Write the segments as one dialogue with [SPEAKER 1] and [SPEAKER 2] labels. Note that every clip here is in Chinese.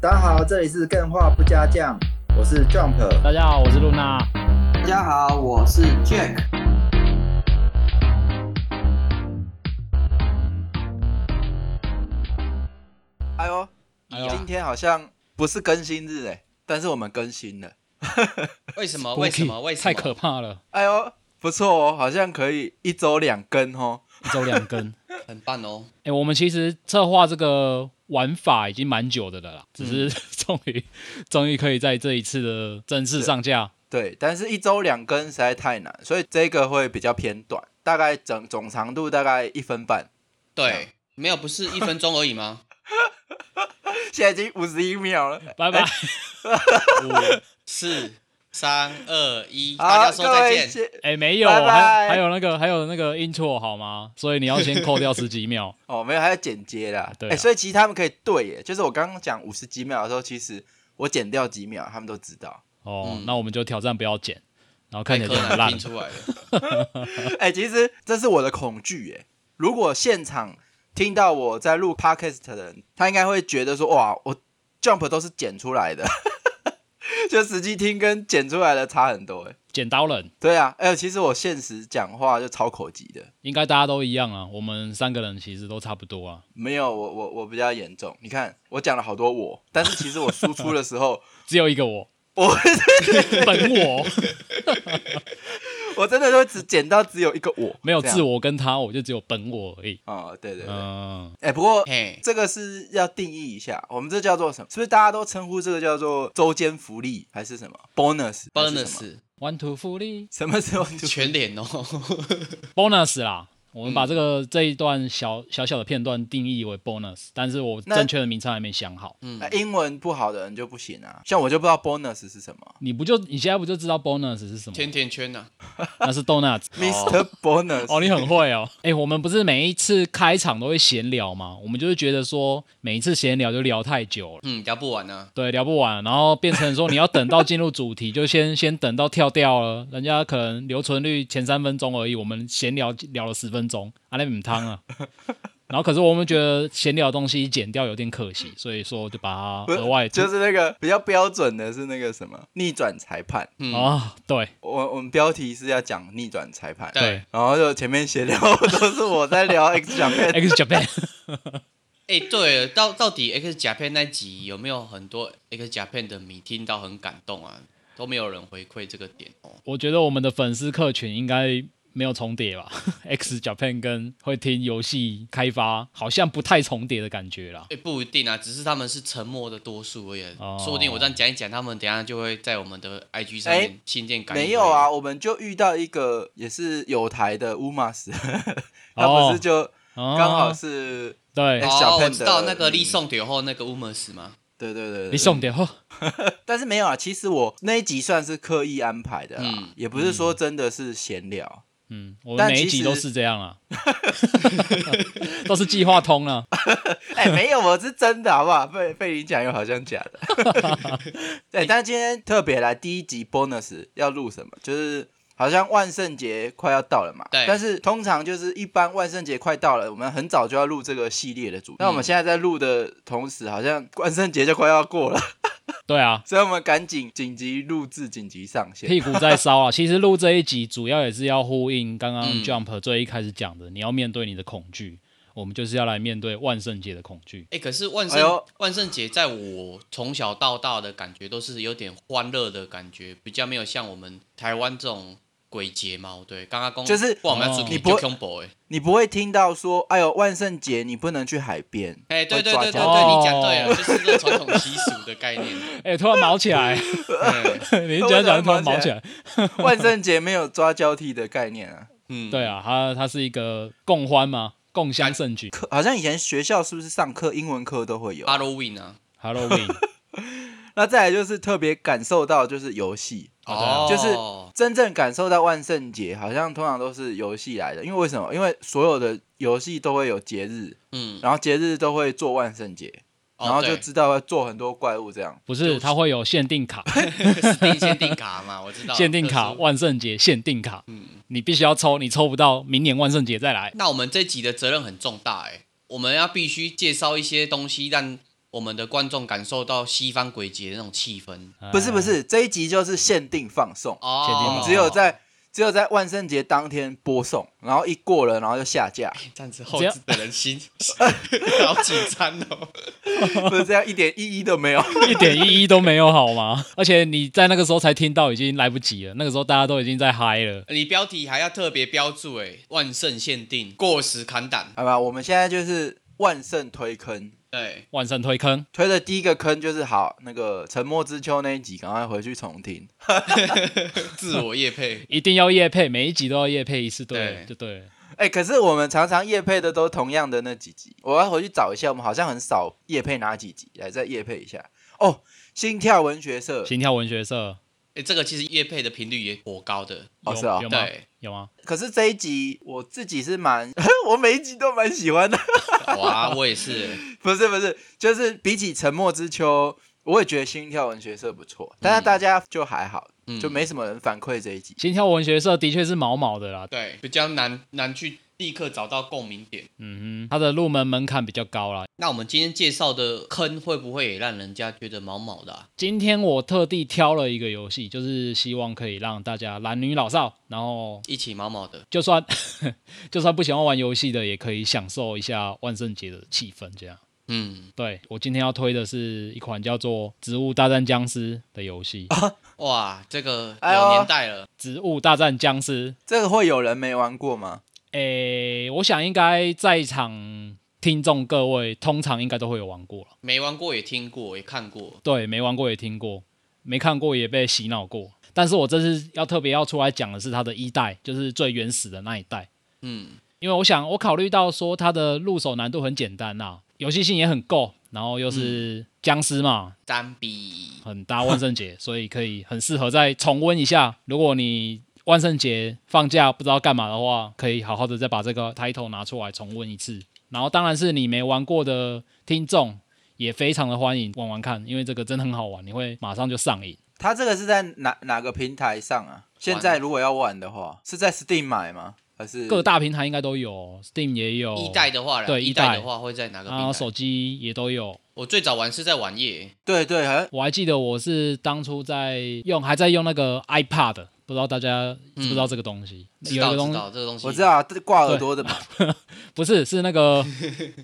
[SPEAKER 1] 大家好，这里是更画不加酱，我是 Jump。
[SPEAKER 2] 大家好，我是露娜。
[SPEAKER 3] 啊
[SPEAKER 4] 大家好，我是 Jack。
[SPEAKER 5] 哎呦，
[SPEAKER 3] 哎呦
[SPEAKER 5] 今天好像不是更新日哎，但是我们更新了。
[SPEAKER 3] 为什么？为什么？为什么？
[SPEAKER 2] 太可怕了，
[SPEAKER 5] 哎呦，不错哦，好像可以一周两更哦。
[SPEAKER 2] 一周两更。
[SPEAKER 3] 很棒哦！
[SPEAKER 2] 哎、我们其实策划这个玩法已经蛮久的了啦，
[SPEAKER 3] 嗯
[SPEAKER 2] 只是 终于终于可以在这一次的正式上架。
[SPEAKER 3] 哎
[SPEAKER 5] 对，但是一周两更实在太难，所以这个会比较偏短，大概整总长度大概一分半，
[SPEAKER 3] 对，没有，不是一分钟而已 吗？
[SPEAKER 5] 现在已经五十一秒了。
[SPEAKER 2] 拜
[SPEAKER 3] 哎
[SPEAKER 2] 拜。
[SPEAKER 3] 五、四、三、二、一，
[SPEAKER 5] 好，
[SPEAKER 3] 大家啊说
[SPEAKER 5] 各
[SPEAKER 3] 再
[SPEAKER 5] 位
[SPEAKER 3] 见。
[SPEAKER 5] 谢
[SPEAKER 2] 哎、没有，
[SPEAKER 5] 拜拜
[SPEAKER 2] 还还有那个还有那个 intro 好吗？所以你要先扣掉十几 秒。
[SPEAKER 5] 哦，没有，还要剪接啦。
[SPEAKER 2] 对啊
[SPEAKER 5] 哎所以其实他们可以对耶，就是我刚刚讲五十几秒的时候，其实我剪掉几秒，他们都知道。
[SPEAKER 2] 哦，
[SPEAKER 3] 嗯
[SPEAKER 2] 那我们就挑战不要剪，然后看
[SPEAKER 3] 被
[SPEAKER 2] 起来
[SPEAKER 3] 柯
[SPEAKER 2] 就很
[SPEAKER 3] 南
[SPEAKER 2] 烂
[SPEAKER 3] 拼。出来了，
[SPEAKER 5] 哎、其实这是我的恐惧耶。如果现场听到我在录 podcast 的人，他应该会觉得说：“哇，我 jump 都是剪出来的， 就实际听跟剪出来的差很多。”哎，
[SPEAKER 2] 剪刀人
[SPEAKER 5] 对啊，哎、其实我现实讲话就超口级的，
[SPEAKER 2] 应该大家都一样啊，我们三个人其实都差不多啊，
[SPEAKER 5] 没有我我我比较严重。你看我讲了好多我，但是其实我输出的时候，
[SPEAKER 2] 只有一个 我，
[SPEAKER 5] 我
[SPEAKER 2] 本我
[SPEAKER 5] 我真的都只剪到只有一个我，
[SPEAKER 2] 没有
[SPEAKER 5] 这样
[SPEAKER 2] 自我跟他，我就只有本我而已。
[SPEAKER 5] 哦，对对对，哎、
[SPEAKER 2] 嗯，
[SPEAKER 5] 不过
[SPEAKER 3] 嘿，
[SPEAKER 5] 这个是要定义一下，我们这叫做什么？是不是大家都称呼这个叫做周间福利，还是什么 bonus？还是
[SPEAKER 3] bonus
[SPEAKER 2] 玩土福利。
[SPEAKER 5] 什么什么时候？
[SPEAKER 3] 全 脸哦，
[SPEAKER 2] bonus 啦。我们把这个、这一段小小小的片段定义为 bonus，但是我
[SPEAKER 5] 那嗯
[SPEAKER 2] 正确的名称还没想好。
[SPEAKER 5] 那英文不好的人就不行啊，像我就不知道 bonus 是什么、
[SPEAKER 2] 你不就你现在不就知道 bonus 是什么？
[SPEAKER 3] 甜甜圈呐，
[SPEAKER 2] 那是 donuts。
[SPEAKER 5] m r Bonus
[SPEAKER 2] 哦，你很会哦。哎、我们不是每一次开场都会闲聊吗？我们就是觉得说每一次闲聊就聊太久了，
[SPEAKER 3] 嗯，聊不完啊。
[SPEAKER 2] 对，聊不完，然后变成说你要等到进入主题，就 先先等到跳掉了，人家可能留存率前三分钟而已，我们闲聊聊了十分钟，啊，那米汤啊。然后可是我们觉得闲聊的东西剪掉有点可惜，所以说就把它
[SPEAKER 5] 不是
[SPEAKER 2] 额外
[SPEAKER 5] 就是那个比较标准的是那个什么逆转裁判，
[SPEAKER 3] 嗯
[SPEAKER 2] 啊、哦，对
[SPEAKER 5] 我我们标题是要讲逆转裁判，
[SPEAKER 3] 对，
[SPEAKER 5] 然后就前面闲聊都是我在聊 X 小 片，
[SPEAKER 2] ，X Japan
[SPEAKER 3] 哎，对了，到到底 X 甲片那集有没有很多 X 甲片的迷听到很感动啊？都没有人回馈这个点哦。
[SPEAKER 2] 我觉得我们的粉丝客群应该没有重叠吧？X Japan 跟会听游戏开发好像不太重叠的感觉啦。
[SPEAKER 3] 哎，不一定啊，只是他们是沉默的多数而已啊。
[SPEAKER 2] 哦
[SPEAKER 3] 说不定我这样讲一讲，他们等一下就会在我们的 IG 上
[SPEAKER 5] 哎
[SPEAKER 3] 面心电感应。
[SPEAKER 5] 没有啊，，我们就遇到一个也是有台的乌马斯， 他不
[SPEAKER 2] 哦
[SPEAKER 5] 是就
[SPEAKER 2] 哦
[SPEAKER 5] 刚好是
[SPEAKER 2] 对
[SPEAKER 5] 哎， 小
[SPEAKER 3] 哦，
[SPEAKER 5] 片
[SPEAKER 3] 我
[SPEAKER 5] 的
[SPEAKER 3] 知道那个立送点后那个 Umus 吗？
[SPEAKER 5] 对对对对，
[SPEAKER 2] 你送点后，
[SPEAKER 5] 但是没有啊，其实我那一集算是刻意安排的啦，
[SPEAKER 3] 嗯
[SPEAKER 5] 也不是说真的是闲聊。
[SPEAKER 2] 嗯，我们
[SPEAKER 5] 但
[SPEAKER 2] 每一
[SPEAKER 5] 其
[SPEAKER 2] 集
[SPEAKER 5] 实
[SPEAKER 2] 都是这样啊， 都是计划通啊了。
[SPEAKER 5] 哎、没有，我是真的，好不好？被被你讲又好像假的。 对，但今天特别来第一集 bonus 要录什么？就是好像万圣节快要到了嘛。
[SPEAKER 3] 对
[SPEAKER 5] 但是通常就是一般万圣节快到了，我们很早就要录这个系列的主题。
[SPEAKER 3] 嗯
[SPEAKER 5] 那我们现在在录的同时，好像万圣节就快要过了，
[SPEAKER 2] 对啊，
[SPEAKER 5] 所以我们赶紧紧急录制，紧急上线。
[SPEAKER 2] 屁股在烧啊。其实录这一集主要也是要呼应刚刚
[SPEAKER 3] 嗯
[SPEAKER 2] Jump 最一开始讲的，你要面对你的恐惧，我们就是要来面对万圣节的恐惧。
[SPEAKER 3] 哎、可是万
[SPEAKER 5] 哎
[SPEAKER 3] 圣、
[SPEAKER 5] 呦
[SPEAKER 3] 万圣节在我从小到大的感觉都是有点欢乐的感觉，比较没有像我们台湾这种鬼节嘛。对，刚刚公
[SPEAKER 5] 就是
[SPEAKER 3] 哇我们要
[SPEAKER 2] 哦
[SPEAKER 3] 主
[SPEAKER 5] 你
[SPEAKER 3] 题
[SPEAKER 5] 不
[SPEAKER 3] 就
[SPEAKER 5] 会
[SPEAKER 3] combo 哎，
[SPEAKER 5] 你不会听到说，哎呦，万圣节你不能去海 边。
[SPEAKER 3] 哎、对对
[SPEAKER 5] 会抓哦
[SPEAKER 3] 对对对，
[SPEAKER 5] 交
[SPEAKER 2] 叉
[SPEAKER 3] 你讲对了，就是这传统习俗的概 念。
[SPEAKER 2] 哎、突然毛起来，
[SPEAKER 3] 嗯
[SPEAKER 2] 你一讲讲突然毛起来。
[SPEAKER 5] 万圣节没有抓交替的概念啊，
[SPEAKER 3] 嗯，
[SPEAKER 2] 对啊，它它是一个共欢嘛，共襄盛举
[SPEAKER 5] 可好像以前学校是不是上课英文课都会有？
[SPEAKER 3] ，Halloween 啊，
[SPEAKER 2] ，Halloween
[SPEAKER 5] 那再来就是特别感受到就是游戏，
[SPEAKER 3] 哦，
[SPEAKER 5] 就是真正感受到万圣节好像通常都是游戏来的，因为为什么？因为所有的游戏都会有节日，
[SPEAKER 3] 嗯，
[SPEAKER 5] 然后节日都会做万圣节，
[SPEAKER 3] 哦
[SPEAKER 5] 然后就
[SPEAKER 3] 对
[SPEAKER 5] 知道要做很多怪物这样。
[SPEAKER 2] 不
[SPEAKER 3] 就是是
[SPEAKER 2] 它会有限定卡，
[SPEAKER 3] 死定限定卡嘛，我知道
[SPEAKER 2] 限定卡
[SPEAKER 3] 啊就是
[SPEAKER 2] 万圣节限定卡，你必须要抽，你抽不到，明年万圣节再来。
[SPEAKER 3] 欸那我们这集的责任很重大哎、我们要必须介绍一些东西，让我们的观众感受到西方鬼节的那种气氛
[SPEAKER 2] 哎
[SPEAKER 5] 不是不，是，这一集就是限定放送，
[SPEAKER 3] 哦。
[SPEAKER 2] 我们
[SPEAKER 5] 只有在只有在万圣节当天播送，然后一过了，然后就下架，
[SPEAKER 3] 这样子后
[SPEAKER 2] 只要
[SPEAKER 3] 置的人心 好紧张哦。
[SPEAKER 5] 不是这样一点意义都没有。
[SPEAKER 2] 一点意义都没有好吗？而且你在那个时候才听到，已经来不及了。那个时候大家都已经在嗨了。
[SPEAKER 3] 你标题还要特别标注哎，万圣限定，过时砍档。
[SPEAKER 5] 好吧，我们现在就是万圣推坑，
[SPEAKER 3] 对，
[SPEAKER 2] 万圣推坑，。
[SPEAKER 5] 推的第一个坑就是好那个《沉默之秋》那一集，赶快回去重听。
[SPEAKER 3] 自我业配
[SPEAKER 2] 一定要夜配，每一集都要夜配一次，对，
[SPEAKER 3] 对
[SPEAKER 2] 就对了。
[SPEAKER 5] 哎、可是我们常常夜配的都同样的那几集，我要回去找一下，我们好像很少夜配哪几集，来再夜配一下。哦，心跳文学社，
[SPEAKER 2] 心跳文学社
[SPEAKER 3] 哎、这个其实业配的频率也颇高的。
[SPEAKER 5] 哦
[SPEAKER 2] 有
[SPEAKER 5] 是哦
[SPEAKER 2] 有吗？
[SPEAKER 3] 对，
[SPEAKER 2] 有吗？
[SPEAKER 5] 可是这一集我自己是蛮， 我每一集都蛮喜欢的。
[SPEAKER 3] 哇，我也是。
[SPEAKER 5] 不是不是，就是比起《沉默之秋》，我也觉得心跳文学社不错，但是大家就还好，
[SPEAKER 3] 嗯
[SPEAKER 5] 就没什么人反馈这一集。
[SPEAKER 2] 心跳文学社的确是毛毛的啦，
[SPEAKER 3] 对，比较难难去立刻找到共鸣点。
[SPEAKER 2] 嗯哼，它的入门门槛比较高啦。
[SPEAKER 3] 那我们今天介绍的坑会不会也让人家觉得毛毛的、啊？
[SPEAKER 2] 今天我特地挑了一个游戏，就是希望可以让大家男女老少，然后
[SPEAKER 3] 一起毛毛的。
[SPEAKER 2] 就算 就算不喜欢玩游戏的，也可以享受一下万圣节的气氛。这样，
[SPEAKER 3] 嗯，
[SPEAKER 2] 对我今天要推的是一款叫做《植物大战僵尸》的游戏，
[SPEAKER 3] 哇，这个
[SPEAKER 5] 哎呦
[SPEAKER 3] 有年代了。
[SPEAKER 2] 植物大战僵尸》
[SPEAKER 5] 这个会有人没玩过吗？
[SPEAKER 2] 诶、我想应该在场听众各位通常应该都会有玩过了，
[SPEAKER 3] 没玩过也听过也看过，
[SPEAKER 2] 对，没玩过也听过，没看过也被洗脑过。但是我这次要特别要出来讲的是它的一代，就是最原始的那一代，
[SPEAKER 3] 嗯，
[SPEAKER 2] 因为我想我考虑到说它的入手难度很简单啦、游戏性也很够，然后又是僵尸嘛，
[SPEAKER 3] 单比
[SPEAKER 2] 很搭万圣节， 所以可以很适合再重温一下。如果你万圣节放假不知道干嘛的话，可以好好的再把这个 title 拿出来重温一次。然后当然是你没玩过的听众也非常的欢迎玩玩看，因为这个真的很好玩，你会马上就上瘾。
[SPEAKER 5] 它这个是在哪哪个平台上啊？现在如果要玩的话，是在 Steam 买吗？还是
[SPEAKER 2] 各大平台应该都有，Steam 也有，
[SPEAKER 3] 嗯一代的话啦，
[SPEAKER 2] 哦对
[SPEAKER 3] 一
[SPEAKER 2] 一代
[SPEAKER 3] 代的话会在哪个
[SPEAKER 2] 然后
[SPEAKER 3] 平
[SPEAKER 2] 手
[SPEAKER 3] 台？
[SPEAKER 2] 机也都有。
[SPEAKER 3] 我最早玩是在网页，
[SPEAKER 5] 对对，好像
[SPEAKER 2] 我还记得我是当初在用，还在用那个 iPad，不知道大家知不知道这个东西？
[SPEAKER 3] 嗯知
[SPEAKER 2] 有一
[SPEAKER 3] 道
[SPEAKER 2] 个东
[SPEAKER 3] 知
[SPEAKER 2] 西
[SPEAKER 3] 道这个东西，
[SPEAKER 5] 我知道啊这挂耳朵的嘛。
[SPEAKER 2] 不是，是那 个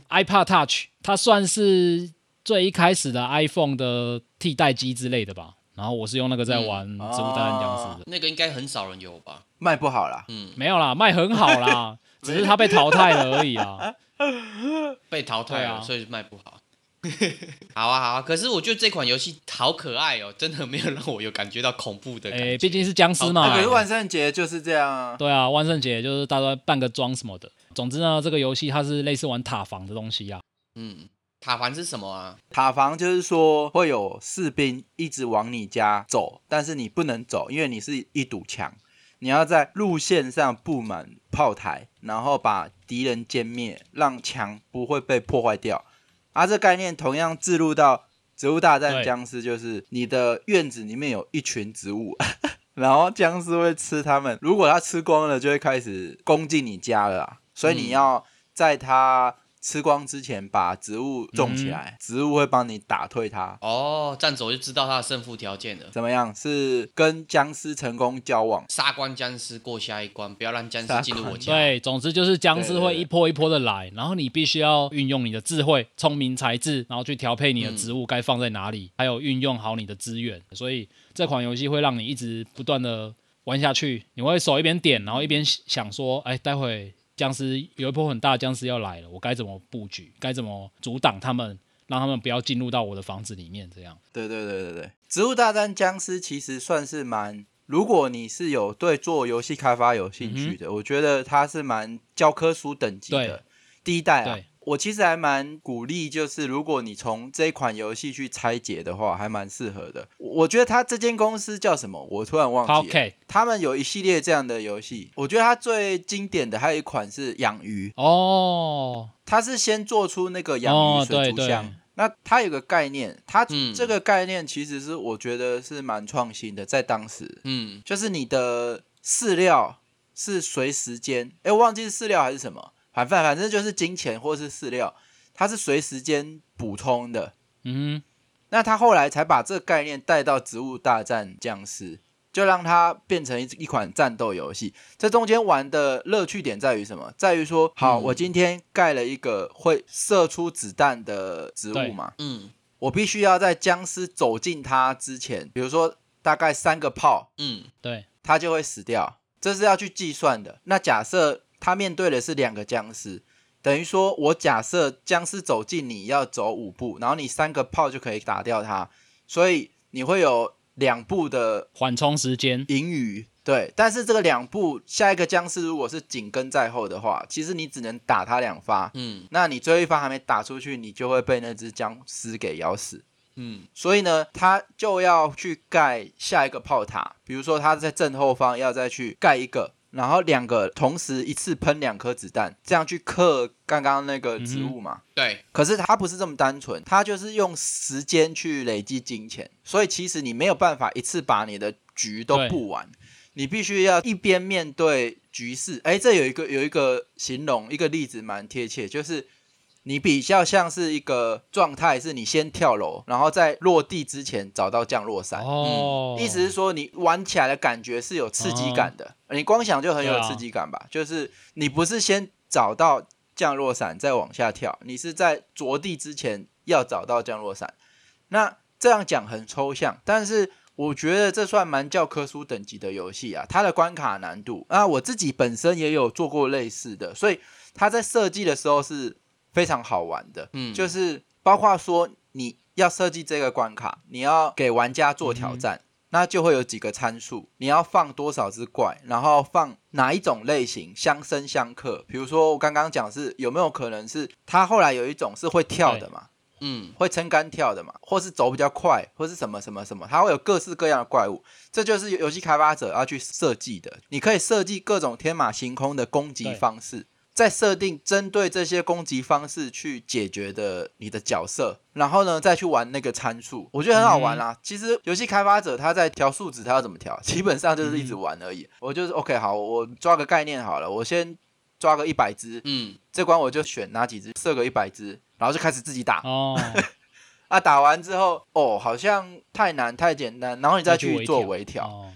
[SPEAKER 2] iPad Touch，它算是最一开始的 iPhone 的替代机之类的吧。然后我是用那个在玩
[SPEAKER 5] 嗯
[SPEAKER 2] 《植物大战僵尸》的，
[SPEAKER 3] 那个应该很少人有吧？
[SPEAKER 5] 卖不 好啦，
[SPEAKER 3] 嗯，
[SPEAKER 2] 没有啦，卖很好 啦，只是它被淘汰了而已啦。
[SPEAKER 3] 被淘汰
[SPEAKER 2] 对
[SPEAKER 3] 了，
[SPEAKER 2] 啊
[SPEAKER 3] 所以卖不好。 好啊好啊，可是我觉得这款游戏好可爱哦，真的没有让我有感觉到恐怖
[SPEAKER 5] 啊
[SPEAKER 3] 的感
[SPEAKER 2] 诶，
[SPEAKER 3] 觉。
[SPEAKER 2] 毕竟是僵尸嘛
[SPEAKER 5] 那。可是万圣节就是这样啊。
[SPEAKER 2] 对啊，万圣节就是大家扮个装什么的。总之呢，这个游戏它是类似玩塔防的东西啊。
[SPEAKER 3] 嗯，塔防是什么啊？
[SPEAKER 5] 塔防就是说会有士兵一直往你家走，但是你不能走，因为你是一堵墙，你要在路线上布满炮台，然后把敌人歼灭，让墙不会被破坏掉。啊，这概念同样置入到《植物大战
[SPEAKER 2] 对
[SPEAKER 5] 僵尸》，就是你的院子里面有一群植物。 然后僵尸会吃它们，如果它吃光了，就会开始攻进你家了啊。所以你
[SPEAKER 3] 嗯
[SPEAKER 5] 要在它吃光之前把植物种
[SPEAKER 2] 嗯
[SPEAKER 5] 起来，植物会帮你打退它。
[SPEAKER 3] 哦，这样子我就知道它的胜负条件了。
[SPEAKER 5] 怎么样？是跟僵尸成功交往？
[SPEAKER 3] 杀光僵尸，过下一关，不要让僵
[SPEAKER 5] 杀
[SPEAKER 3] 尸进入我
[SPEAKER 5] 光
[SPEAKER 3] 家。，
[SPEAKER 2] 对，总之就是僵
[SPEAKER 5] 对
[SPEAKER 2] 尸
[SPEAKER 5] 对
[SPEAKER 2] 会
[SPEAKER 5] 对
[SPEAKER 2] 一波一波的来，然后你必须要运用你的智慧、聪明才智，然后去调配你的植物该放在哪里，还有运用好你的资源。所以这款游戏会让你一直不断的玩下去，你会手一边点，然后一边想说，哎，待会僵尸有一波很大的僵尸要来了，我该怎么布局？该怎么阻挡他们？让他们不要进入到我的房子里面，这样。
[SPEAKER 5] 对对对对对，《植物大战僵尸》其实算是蛮，如果你是有对做游戏开发有兴趣的，我觉得它是蛮教科书等级
[SPEAKER 2] 嗯对
[SPEAKER 5] 的。第一代啊
[SPEAKER 2] 对，
[SPEAKER 5] 我其实还蛮鼓励，就是如果你从这一款游戏去拆解的话，还蛮适合的。我我觉得它这间公司叫什么？我突然忘记了。
[SPEAKER 2] OK，
[SPEAKER 5] 他们有一系列这样的游戏，我觉得它最经典的还有一款是养鱼，
[SPEAKER 2] 哦，
[SPEAKER 5] 它是先做出那个养鱼
[SPEAKER 2] 哦
[SPEAKER 5] 水
[SPEAKER 2] 对
[SPEAKER 5] 族
[SPEAKER 2] 对
[SPEAKER 5] 箱。那它有个概念，它
[SPEAKER 3] 嗯
[SPEAKER 5] 这个概念其实是我觉得是蛮创新的，在当时，
[SPEAKER 3] 嗯，
[SPEAKER 5] 就是你的饲料是随时间，哎，我忘记是饲料还是什么，反反反正就是金钱或是饲料，它是随时间补充的。
[SPEAKER 2] 嗯
[SPEAKER 5] 那他后来才把这个概念带到《植物大战僵尸》，就让它变成一一款战斗游戏。这中间玩的乐趣点在于什么？在于说，好，
[SPEAKER 3] 嗯
[SPEAKER 5] 我今天盖了一个会射出子弹的植
[SPEAKER 2] 对
[SPEAKER 5] 物嘛，
[SPEAKER 3] 嗯
[SPEAKER 5] 我必须要在僵尸走近它之前，比如说大概三个炮，
[SPEAKER 3] 嗯
[SPEAKER 2] 哼，对，
[SPEAKER 5] 它就会死掉，这是要去计算的。那假设他面对的是两个僵尸，等于说我假设僵尸走近你要走五步，然后你三个炮就可以打掉它，所以你会有两步的
[SPEAKER 2] 缓冲时间，
[SPEAKER 5] 盈余。对，但是这个两步，下一个僵尸如果是紧跟在后的话，其实你只能打他两发，
[SPEAKER 3] 嗯
[SPEAKER 5] 那你最后一发还没打出去，你就会被那只僵尸给咬死。
[SPEAKER 3] 嗯
[SPEAKER 5] 所以呢，他就要去盖下一个炮塔，比如说他在正后方要再去盖一个，然后两个同时一次喷两颗子弹，这样去克刚刚那个植物嘛。
[SPEAKER 3] 对，
[SPEAKER 5] 可是他不是这么单纯，他就是用时间去累积金钱，所以其实你没有办法一次把你的局都
[SPEAKER 2] 对
[SPEAKER 5] 布完，你必须要一边面对局势。哎，这有一个有一个形容一个例子蛮贴切，就是你比较像是一个状态，是你先跳楼，然后在落地之前找到降落伞。
[SPEAKER 2] 哦，
[SPEAKER 5] 意思是说，你玩起来的感觉是有刺激感的，你光想就很有
[SPEAKER 2] 对啊
[SPEAKER 5] 刺激感吧？就是你不是先找到降落伞再往下跳，你是在着地之前要找到降落伞。那这样讲很抽象，但是我觉得这算蛮教科书等级的游戏啊，它的关卡难度啊，我自己本身也有做过类似的，所以它在设计的时候是非常好玩的。
[SPEAKER 3] 嗯
[SPEAKER 5] 就是包括说你要设计这个关卡，你要给玩家做
[SPEAKER 2] 嗯
[SPEAKER 5] 挑战，那就会有几个参数，你要放多少只怪，然后放哪一种类型，相生相克。比如说我刚刚讲是有没有可能是它后来有一种是会跳的嘛，
[SPEAKER 3] 嗯
[SPEAKER 5] 会撑杆跳的嘛，或是走比较快，或是什么什么什么，它会有各式各样的怪物，这就是游戏开发者要去设计的。你可以设计各种天马行空的攻击
[SPEAKER 2] 对
[SPEAKER 5] 方式，再设定针对这些攻击方式去解决的你的角色，然后呢再去玩那个参数，我觉得很好玩啦、啊其实游戏开发者他在调数值，他要怎么调，基本上就是一直玩而已。我就是 OK 好，我抓个概念好了，我先抓个一百只，
[SPEAKER 3] 嗯
[SPEAKER 5] 这关我就选哪几只，设个一百只，然后就开始自己打。
[SPEAKER 2] 哦，
[SPEAKER 5] 啊，打完之后，哦，好像太难太简单，然后你再去做微调。
[SPEAKER 2] 哦，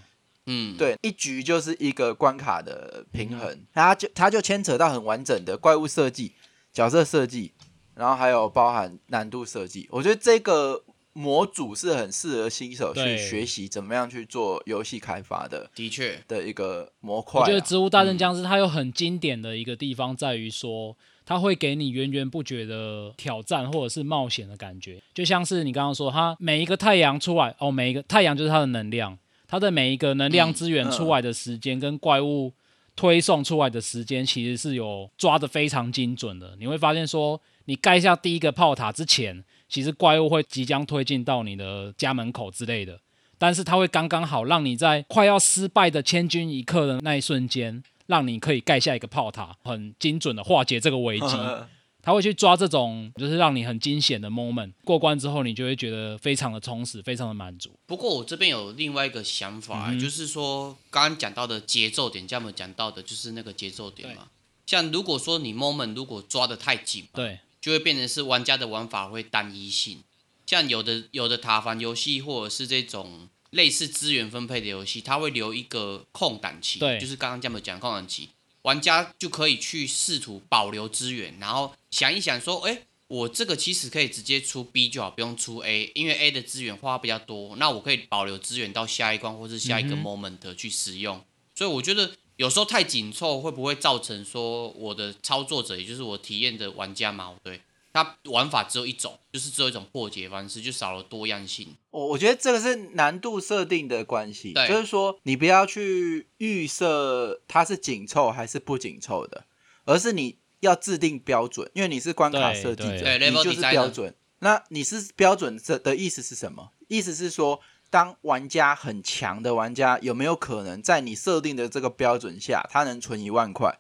[SPEAKER 3] 嗯，，
[SPEAKER 5] 对，一局就是一个关卡的平衡，它就它就牵扯到很完整的怪物设计、角色设计，然后还有包含难度设计。我觉得这个模组是很适合新手去
[SPEAKER 2] 对
[SPEAKER 5] 学习怎么样去做游戏开发的
[SPEAKER 3] 的确，
[SPEAKER 5] 的一个模块、
[SPEAKER 2] 我
[SPEAKER 5] 啊。
[SPEAKER 2] 觉得《植物大战僵尸》它有很经典的一个地方在于说，它会给你源源不绝的挑战或者是冒险的感觉，就像是你刚刚说，它每一个太阳出来，哦，每一个太阳就是它的能量，它的每一个能量资源出来的时间跟怪物推送出来的时间，其实是有抓的非常精准的。你会发现说，你盖下第一个炮塔之前，其实怪物会即将推进到你的家门口之类的。但是它会刚刚好让你在快要失败的千钧一刻的那一瞬间，让你可以盖下一个炮塔，很精准的化解这个危
[SPEAKER 5] 嗯
[SPEAKER 2] 机。他会去抓这种就是让你很惊险的 moment，过关之后你就会觉得非常的充实，非常的满足。
[SPEAKER 3] 不过我这边有另外一个想法，
[SPEAKER 2] 嗯哼
[SPEAKER 3] 就是说刚刚讲到的节奏点，嘉们讲到的就是那个节奏点嘛。像如果说你 moment 如果抓的太紧，
[SPEAKER 2] 对，
[SPEAKER 3] 就会变成是玩家的玩法会单一性。像有的有的塔防游戏或者是这种类似资源分配的游戏，它会留一个空档期，
[SPEAKER 2] 对
[SPEAKER 3] 就是刚刚这么讲空档期，玩家就可以去试图保留资源，然后想一想说，哎、我这个其实可以直接出 B 就好，不用出 A，因为 A 的资源花比较多，那我可以保留资源到下一关或是下一个
[SPEAKER 2] 嗯
[SPEAKER 3] moment 去使用。所以我觉得有时候太紧凑会不会造成说我的操作者，也就是我体验的玩家嘛，对他玩法只有一种，就是只有一种破解方式，就少了多样性。
[SPEAKER 5] 我我觉得这个是难度设定的关系，
[SPEAKER 3] 对
[SPEAKER 5] 就是说你不要去预设它是紧凑还是不紧凑的，而是你要制定标准，因为你是关卡
[SPEAKER 2] 对
[SPEAKER 5] 设计者，
[SPEAKER 3] 对对
[SPEAKER 5] 你
[SPEAKER 3] level
[SPEAKER 5] 就是
[SPEAKER 3] designer
[SPEAKER 5] 标准。那你是标准这的意思是什么？意思是说，当玩家很强的玩家，有没有可能在你设定的这个标准下，他能存一万块？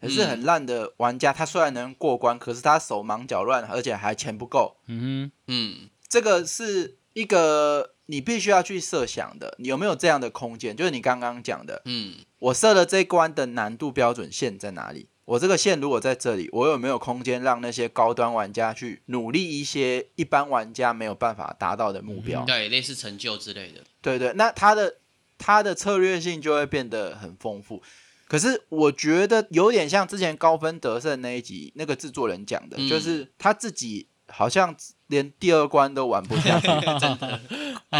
[SPEAKER 5] 可是
[SPEAKER 3] 嗯
[SPEAKER 5] 很烂的玩家，他虽然能过关，可是他手忙脚乱，而且还钱不够，
[SPEAKER 2] 嗯
[SPEAKER 3] 嗯，
[SPEAKER 5] 这个是一个你必须要去设想的，你有没有这样的空间？就是你刚刚讲的，
[SPEAKER 3] 嗯
[SPEAKER 5] 我设了这一关的难度标准线在哪里？我这个线如果在这里，我有没有空间让那些高端玩家去努力一些一般玩家没有办法达到的目标？
[SPEAKER 3] 对，类似成就之类的。
[SPEAKER 5] 对对，那他的他的策略性就会变得很丰富。可是我觉得有点像之前高分得胜那一集那个制作人讲的，
[SPEAKER 3] 嗯
[SPEAKER 5] 就是他自己好像连第二关都玩不下去，
[SPEAKER 3] 他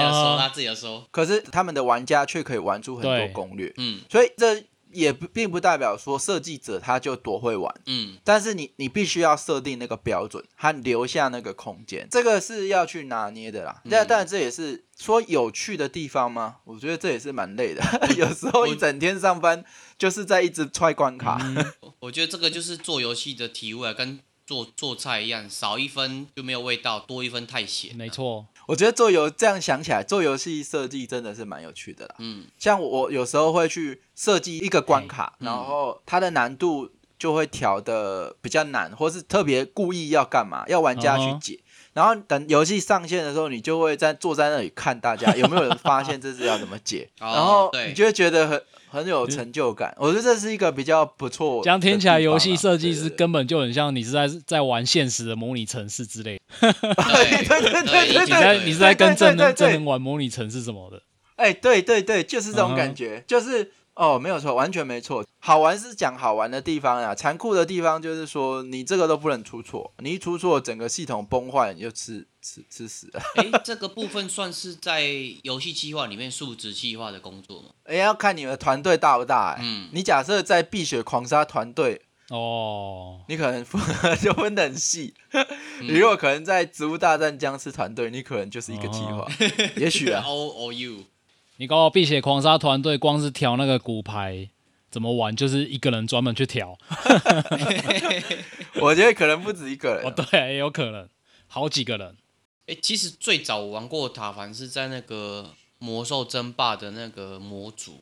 [SPEAKER 3] 有说，
[SPEAKER 2] 啊
[SPEAKER 3] 他自己有说，
[SPEAKER 5] 可是他们的玩家却可以玩出很多
[SPEAKER 2] 对
[SPEAKER 5] 攻略，
[SPEAKER 3] 嗯
[SPEAKER 5] 所以这也不并不代表说设计者他就多会玩。
[SPEAKER 3] 嗯，
[SPEAKER 5] 但是你你必须要设定那个标准和留下那个空间，这个是要去拿捏的啦。但、
[SPEAKER 3] 嗯
[SPEAKER 5] 当然这也是说有趣的地方吗？我觉得这也是蛮累的， 有时候一整天上班就是在一直踹关卡。
[SPEAKER 3] 我觉得这个就是做游戏的体悟啊，跟做做菜一样，少一分就没有味道，多一分太咸。
[SPEAKER 2] 没，错，
[SPEAKER 5] 我觉得做游这样想起来，做游戏设计真的是蛮有趣的啦。
[SPEAKER 3] 嗯，
[SPEAKER 5] 像我我有时候会去设计一个关卡，
[SPEAKER 3] 嗯
[SPEAKER 5] 然后它的难度就会调的比较难，或是特别故意要干嘛，要玩家去
[SPEAKER 2] 嗯哼
[SPEAKER 5] 解。然后等游戏上线的时候，你就会在坐在那里看 大家有没有人发现这是要怎么解，
[SPEAKER 3] 哦
[SPEAKER 5] 然后
[SPEAKER 3] 对
[SPEAKER 5] 你就会觉得很很有成就感。我觉得这是一个比较不错的地方啦。
[SPEAKER 2] 这样听起来游戏设计
[SPEAKER 5] 对
[SPEAKER 2] 师
[SPEAKER 5] 对对
[SPEAKER 2] 根本就很像你是在在玩现实的模拟城市之类的，
[SPEAKER 3] 对
[SPEAKER 5] 对对对
[SPEAKER 3] 对
[SPEAKER 2] 你在
[SPEAKER 3] 对
[SPEAKER 2] 你是在跟真
[SPEAKER 5] 对对对
[SPEAKER 2] 人
[SPEAKER 5] 对
[SPEAKER 2] 真人玩模拟城市什么的。
[SPEAKER 5] 哎、对对对，就是这种
[SPEAKER 2] 嗯
[SPEAKER 5] 感
[SPEAKER 2] 哼
[SPEAKER 5] 觉就是哦，没有错，完全没错。好玩是讲好玩的地方啊，残酷的地方就是说你这个都不能出错，你一出错，整个系统崩坏，你就吃吃吃屎了。
[SPEAKER 3] 哎，这个部分算是在游戏计划里面数值计划的工作嘛？
[SPEAKER 5] 哎、要看你们团队大不大、哎
[SPEAKER 3] 嗯
[SPEAKER 5] 你假设在碧血狂杀团队，
[SPEAKER 2] 哦，
[SPEAKER 5] 你可能分 就分得很细；
[SPEAKER 2] 嗯
[SPEAKER 5] 你如果可能在植物大战僵尸团队，你可能就是一个计
[SPEAKER 2] 哦
[SPEAKER 5] 划， 也许 啊。
[SPEAKER 3] O O U，
[SPEAKER 2] 你搞我碧血狂杀团队光是调那个骨牌怎么玩，就是一个人专门去调。
[SPEAKER 5] 我觉得可能不止一个人
[SPEAKER 2] 哦，
[SPEAKER 5] 啊，
[SPEAKER 2] 对，也有可能好几个人。
[SPEAKER 3] 哎，其实最早我玩过塔凡是在那个魔兽争霸的那个模组，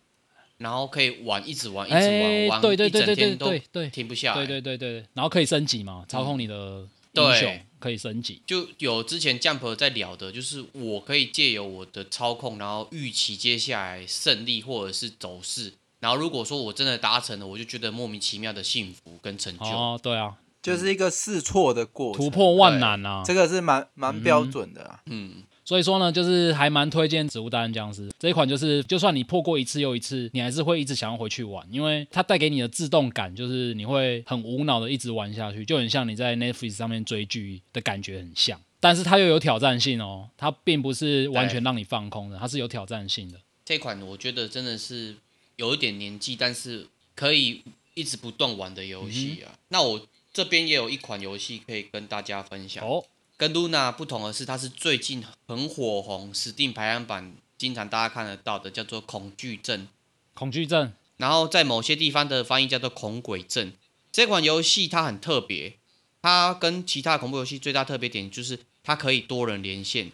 [SPEAKER 3] 然后可以玩一直玩一直玩，
[SPEAKER 2] 哎
[SPEAKER 3] 玩
[SPEAKER 2] 对对
[SPEAKER 3] 一整
[SPEAKER 2] 对对
[SPEAKER 3] 天都欸
[SPEAKER 2] 对对
[SPEAKER 3] 停不下来。
[SPEAKER 2] 对对对对，然后可以升级嘛，操控你的英
[SPEAKER 3] 嗯对
[SPEAKER 2] 雄可以升级。
[SPEAKER 3] 就有之前 Jump 在聊的，就是我可以借由我的操控，然后预期接下来胜利或者是走势。然后如果说我真的达成了，我就觉得莫名其妙的幸福跟成就。
[SPEAKER 2] 哦，对啊，
[SPEAKER 5] 就是一个试错的过程，
[SPEAKER 2] 突破万难啊！
[SPEAKER 5] 这个是蛮蛮标准的啊。
[SPEAKER 3] 嗯，
[SPEAKER 2] 所以说呢，就是还蛮推荐《植物大战僵尸》这一款，就是就算你破过一次又一次，你还是会一直想要回去玩，因为它带给你的自动感，就是你会很无脑的一直玩下去，就很像你在 Netflix 上面追剧的感觉很像。但是它又有挑战性哦，它并不是完全让你放空的，它是有挑战性的。
[SPEAKER 3] 这款我觉得真的是有一点年纪，但是可以一直不断玩的游戏
[SPEAKER 2] 嗯
[SPEAKER 3] 啊。那我这边也有一款游戏可以跟大家分享。
[SPEAKER 2] 哦，
[SPEAKER 3] 跟 Luna 不同的是，它是最近很火红，Steam 排行榜经常大家看得到的，叫做《恐惧症》。
[SPEAKER 2] 恐惧症，
[SPEAKER 3] 然后在某些地方的翻译叫做“恐鬼症”。这款游戏它很特别，它跟其他恐怖游戏最大特别点就是它可以多人连线。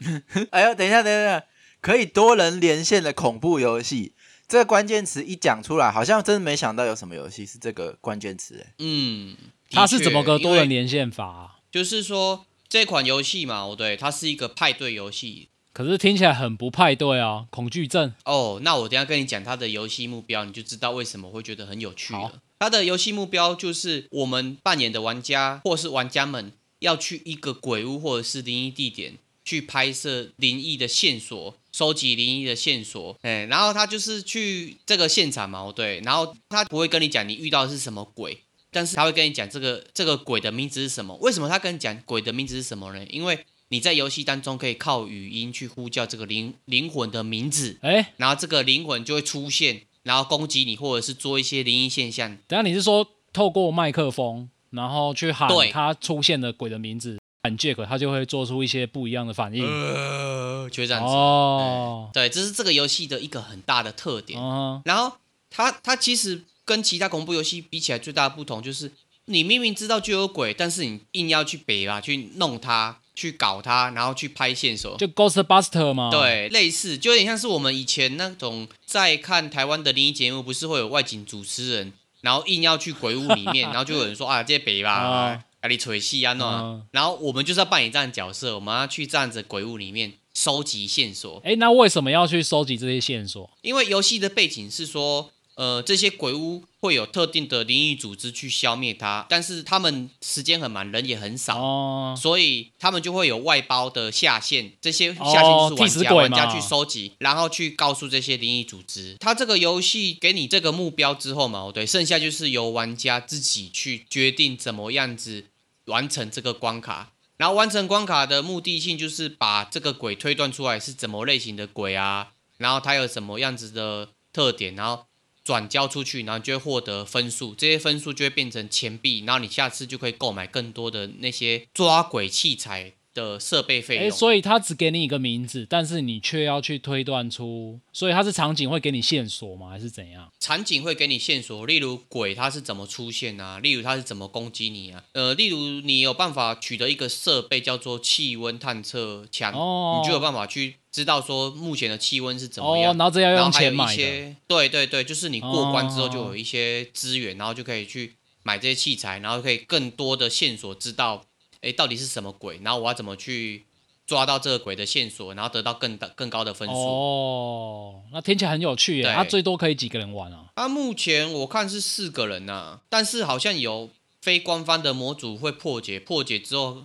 [SPEAKER 5] 哎呦，等一下，等一下，可以多人连线的恐怖游戏，这个关键词一讲出来，好像真的没想到有什么游戏是这个关键词。哎
[SPEAKER 3] 嗯，的
[SPEAKER 2] 它是怎么
[SPEAKER 3] 确
[SPEAKER 2] 个多人？
[SPEAKER 3] 因为
[SPEAKER 2] 连线法啊、
[SPEAKER 3] 就是说这款游戏嘛，哦对，它是一个派对游戏。
[SPEAKER 2] 可是听起来很不派对啊，恐惧症。
[SPEAKER 3] 哦，那我等一下跟你讲它的游戏目标，你就知道为什么会觉得很有趣
[SPEAKER 2] 好
[SPEAKER 3] 了。它的游戏目标就是我们扮演的玩家或是玩家们要去一个鬼屋或者是灵异地点去拍摄灵异的线索，收集灵异的线索。哎，然后他就是去这个现场嘛，对，然后他不会跟你讲你遇到的是什么鬼。但是他会跟你讲这个这个鬼的名字是什么？为什么他跟你讲鬼的名字是什么呢？因为你在游戏当中可以靠语音去呼叫这个灵灵魂的名字，
[SPEAKER 2] 哎、
[SPEAKER 3] 然后这个灵魂就会出现，然后攻击你，或者是做一些灵异现象。
[SPEAKER 2] 等一下你是说透过麦克风，然后去喊
[SPEAKER 3] 对
[SPEAKER 2] 他出现的鬼的名字，喊 Jack，他就会做出一些不一样的反应。
[SPEAKER 3] 呃，就会这样子。
[SPEAKER 2] 哦，
[SPEAKER 3] 对，这是这个游戏的一个很大的特点。
[SPEAKER 2] 嗯
[SPEAKER 3] 然后它它其实跟其他恐怖游戏比起来，最大的不同就是你明明知道就有鬼，但是你硬要去北吧，去弄它，去搞它，然后去拍线索
[SPEAKER 2] 哼，。就 Ghostbuster 嘛。，
[SPEAKER 3] 对，类似就有点像是我们以前那种在看台湾的灵异节目，不是会有外景主持人，然后硬要去鬼屋里面，然后就有人说啊，这北吧
[SPEAKER 2] 啊，
[SPEAKER 3] 啊你吹戏啊那
[SPEAKER 2] 嗯，
[SPEAKER 3] 然后我们就是要扮演这样的角色，我们要去这样子的鬼屋里面收集线索，
[SPEAKER 2] 哎、那为什么要去收集这些线索？
[SPEAKER 3] 因为游戏的背景是说。呃，这些鬼屋会有特定的灵异组织去消灭它，但是他们时间很满，人也很少，
[SPEAKER 2] 哦，
[SPEAKER 3] 所以他们就会有外包的下线，这些
[SPEAKER 2] 哦
[SPEAKER 3] 下线就是
[SPEAKER 2] 替
[SPEAKER 3] 玩
[SPEAKER 2] 死
[SPEAKER 3] 家，
[SPEAKER 2] 鬼
[SPEAKER 3] 玩家
[SPEAKER 2] 嘛
[SPEAKER 3] 去收集，然后去告诉这些灵异组织，他这个游戏给你这个目标之后嘛，哦对，剩下就是由玩家自己去决定怎么样子完成这个关卡。然后完成关卡的目的性就是把这个鬼推断出来是怎么类型的鬼啊，然后它有什么样子的特点，然后转交出去，然后就会获得分数，这些分数就会变成钱币，然后你下次就可以购买更多的那些抓鬼器材的设备费
[SPEAKER 2] 哎，
[SPEAKER 3] 用。
[SPEAKER 2] 所以他只给你一个名字，但是你却要去推断出，所以他是场景会给你线索吗？还是怎样？
[SPEAKER 3] 场景会给你线索，例如鬼它是怎么出现啊，例如它是怎么攻击你啊，呃，例如你有办法取得一个设备叫做气温探测枪，
[SPEAKER 2] 哦
[SPEAKER 3] 你就有办法去知道说目前的气温是怎么
[SPEAKER 2] 哦，
[SPEAKER 3] 样。
[SPEAKER 2] 然后这要
[SPEAKER 3] 然后
[SPEAKER 2] 用
[SPEAKER 3] 还有
[SPEAKER 2] 钱
[SPEAKER 3] 一
[SPEAKER 2] 买的，
[SPEAKER 3] 些，对对对，就是你过关之后就
[SPEAKER 2] 哦
[SPEAKER 3] 有一些资源，然后就可以去买这些器材，然后可以更多的线索知道，哎，到底是什么鬼，然后我要怎么去抓到这个鬼的线索，然后得到更大更高的分数。
[SPEAKER 2] 哦，那听起来很有趣耶。
[SPEAKER 3] 对
[SPEAKER 2] 他最多可以几个人玩啊？
[SPEAKER 3] 啊，目前我看是四个人呐、啊但是好像有非官方的模组会破解，破解之后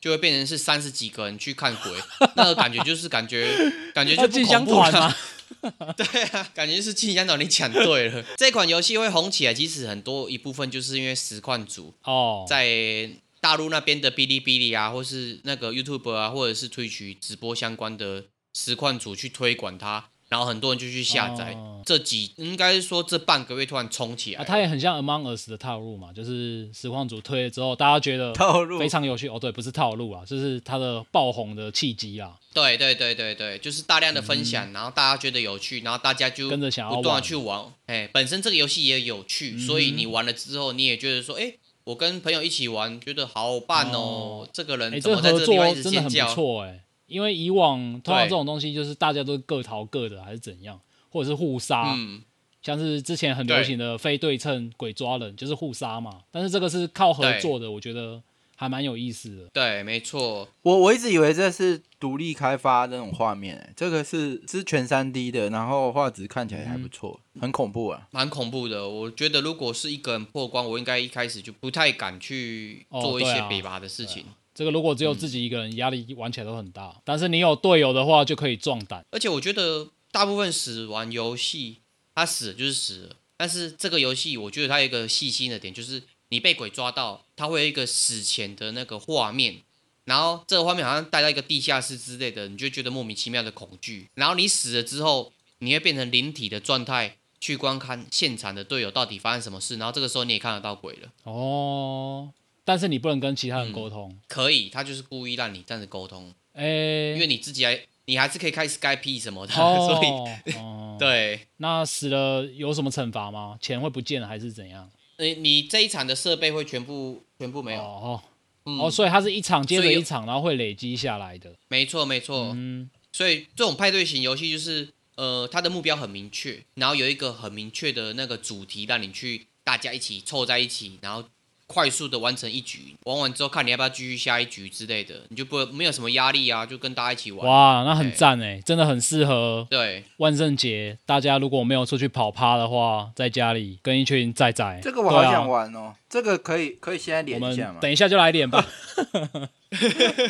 [SPEAKER 3] 就会变成是三十几个人去看鬼，那个感觉就是感觉感觉就
[SPEAKER 2] 要
[SPEAKER 3] 不
[SPEAKER 2] 进香
[SPEAKER 3] 恐怖了
[SPEAKER 2] 团吗？
[SPEAKER 3] 对啊，感觉是《进香岛》，你讲对了。这款游戏会红起来，其实很多一部分就是因为实况组
[SPEAKER 2] 哦，
[SPEAKER 3] 在大陆那边的哔哩哔哩啊，或是那个 YouTube 啊，或者是推取直播相关的实况组去推广它，然后很多人就去下载。
[SPEAKER 2] 哦
[SPEAKER 3] 这几应该是说这半个月突然冲起来
[SPEAKER 2] 啊，
[SPEAKER 3] 了，
[SPEAKER 2] 它也很像 Among Us 的套路嘛，就是实况组推了之后，大家觉得
[SPEAKER 5] 套路
[SPEAKER 2] 非常有趣哦。对，不是套路啊，就是它的爆红的契机啊啦。
[SPEAKER 3] 对对对对对，就是大量的分
[SPEAKER 2] 嗯
[SPEAKER 3] 享，然后大家觉得有趣，然后大家就
[SPEAKER 2] 跟着想要
[SPEAKER 3] 不断的
[SPEAKER 2] 玩
[SPEAKER 3] 去玩。哎，本身这个游戏也有
[SPEAKER 2] 嗯
[SPEAKER 3] 趣，所以你玩了之后，你也觉得说，哎，我跟朋友一起玩，觉得好棒哦，
[SPEAKER 2] 哦
[SPEAKER 3] 这个
[SPEAKER 2] 哎，
[SPEAKER 3] 人怎
[SPEAKER 2] 这
[SPEAKER 3] 么在这
[SPEAKER 2] 合
[SPEAKER 3] 个
[SPEAKER 2] 作
[SPEAKER 3] 地方一直
[SPEAKER 2] 真的
[SPEAKER 3] 尖
[SPEAKER 2] 很
[SPEAKER 3] 叫
[SPEAKER 2] 不？错哎，因为以往通常这
[SPEAKER 3] 对
[SPEAKER 2] 种东西就是大家都各逃各的，还是怎样，或者是互杀，
[SPEAKER 3] 嗯，
[SPEAKER 2] 像是之前很流行的非对称鬼抓人，就是互杀嘛。但是这个是靠合
[SPEAKER 3] 对
[SPEAKER 2] 作的，我觉得还蛮有意思的。
[SPEAKER 3] 对，没错，
[SPEAKER 5] 我我一直以为这是独立开发那种画面、欸，这个是是全三 D 的，然后画质看起来还不错，很恐怖啊。
[SPEAKER 3] 蛮恐怖的。我觉得如果是一个人破关，我应该一开始就不太敢去
[SPEAKER 2] 哦
[SPEAKER 3] 做一
[SPEAKER 2] 对
[SPEAKER 3] 些
[SPEAKER 2] 啊
[SPEAKER 3] 北拔的事情。
[SPEAKER 2] 这个如果只有自己一个人，压力玩起来都很
[SPEAKER 3] 嗯
[SPEAKER 2] 大。但是你有队友的话，就可以壮胆。
[SPEAKER 3] 而且我觉得大部分死玩游戏，他死了就是死了。但是这个游戏，我觉得它有一个细心的点，就是你被鬼抓到，它会有一个死前的那个画面，然后这个画面好像带到一个地下室之类的，你就觉得莫名其妙的恐惧。然后你死了之后，你会变成灵体的状态去观看现场的队友到底发生什么事，然后这个时候你也看得到鬼了。
[SPEAKER 2] 哦，但是你不能跟其他人沟通。
[SPEAKER 3] 可以，他就是故意让你这样子沟通，
[SPEAKER 2] 诶、
[SPEAKER 3] 嗯因为你自己还你还是可以开 Skype 什么的，
[SPEAKER 2] 哦，
[SPEAKER 3] 所以
[SPEAKER 2] 哦，
[SPEAKER 3] 对。
[SPEAKER 2] 那死了有什么惩罚吗？钱会不见了还是怎样？
[SPEAKER 3] 你你这一场的设备会全部全部没有，
[SPEAKER 2] 哦
[SPEAKER 3] 嗯，
[SPEAKER 2] 哦，所以它是一场接
[SPEAKER 3] 所
[SPEAKER 2] 着
[SPEAKER 3] 以有
[SPEAKER 2] 一场，然后会累积下来的。
[SPEAKER 3] 没错没错，
[SPEAKER 2] 嗯，
[SPEAKER 3] 所以这种派对型游戏就是呃，它的目标很明确，然后有一个很明确的那个主题，让你去大家一起凑在一起，然后快速的完成一局，玩完之后看你要不要继续下一局之类的，你就不会没有什么压力啊，就跟大家一起玩。
[SPEAKER 2] 哇，那很
[SPEAKER 3] 对
[SPEAKER 2] 赞哎，真的很适合
[SPEAKER 3] 对，
[SPEAKER 2] 万圣节。大家如果没有出去跑趴的话，在家里跟一群仔仔，
[SPEAKER 5] 这个我好
[SPEAKER 2] 对啊啊
[SPEAKER 5] 想玩哦，这个可以可以现在
[SPEAKER 2] 我
[SPEAKER 5] 连一下
[SPEAKER 2] 们
[SPEAKER 5] 吗？
[SPEAKER 2] 等一下就来点 吧，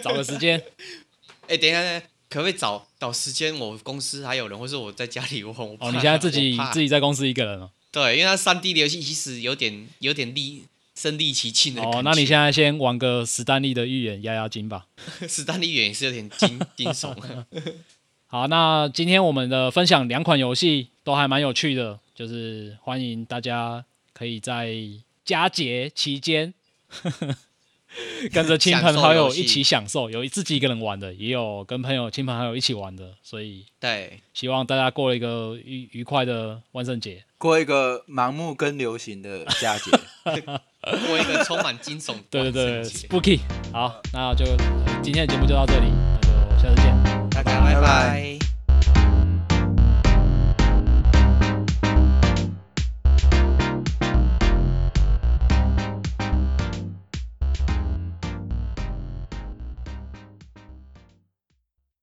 [SPEAKER 2] 找个时间。
[SPEAKER 3] 哎，等一下，等一下可不可以找找时间？我公司还有人，或是我在家里玩。我
[SPEAKER 2] 哦，
[SPEAKER 3] 怕
[SPEAKER 2] 你现在自己
[SPEAKER 3] 我怕
[SPEAKER 2] 自己在公司一个人哦。
[SPEAKER 3] 对，因为它三 D 的游戏其实有点有点力身临其境的感觉。
[SPEAKER 2] 哦，那你现在先玩个史丹利的预言压压惊吧。
[SPEAKER 3] 史丹利远也是有点惊惊悚。
[SPEAKER 2] 好，那今天我们的分享两款游戏都还蛮有趣的，就是欢迎大家可以在佳节期间， 跟着亲朋好友一起享受，有自己一个人玩的，也有跟朋友、亲朋好友一起玩的，所以
[SPEAKER 3] 对，
[SPEAKER 2] 希望大家过了一个愉愉快的万圣节。
[SPEAKER 5] 过一个盲目跟流行的佳 节。
[SPEAKER 3] 过一个充满惊悚的
[SPEAKER 2] 对对
[SPEAKER 3] 晚
[SPEAKER 2] 对
[SPEAKER 3] 上节。
[SPEAKER 2] 呃，Spooky。好，那就今天的节目就到这里，那就下次见。
[SPEAKER 3] 大家拜
[SPEAKER 5] 拜
[SPEAKER 3] 拜。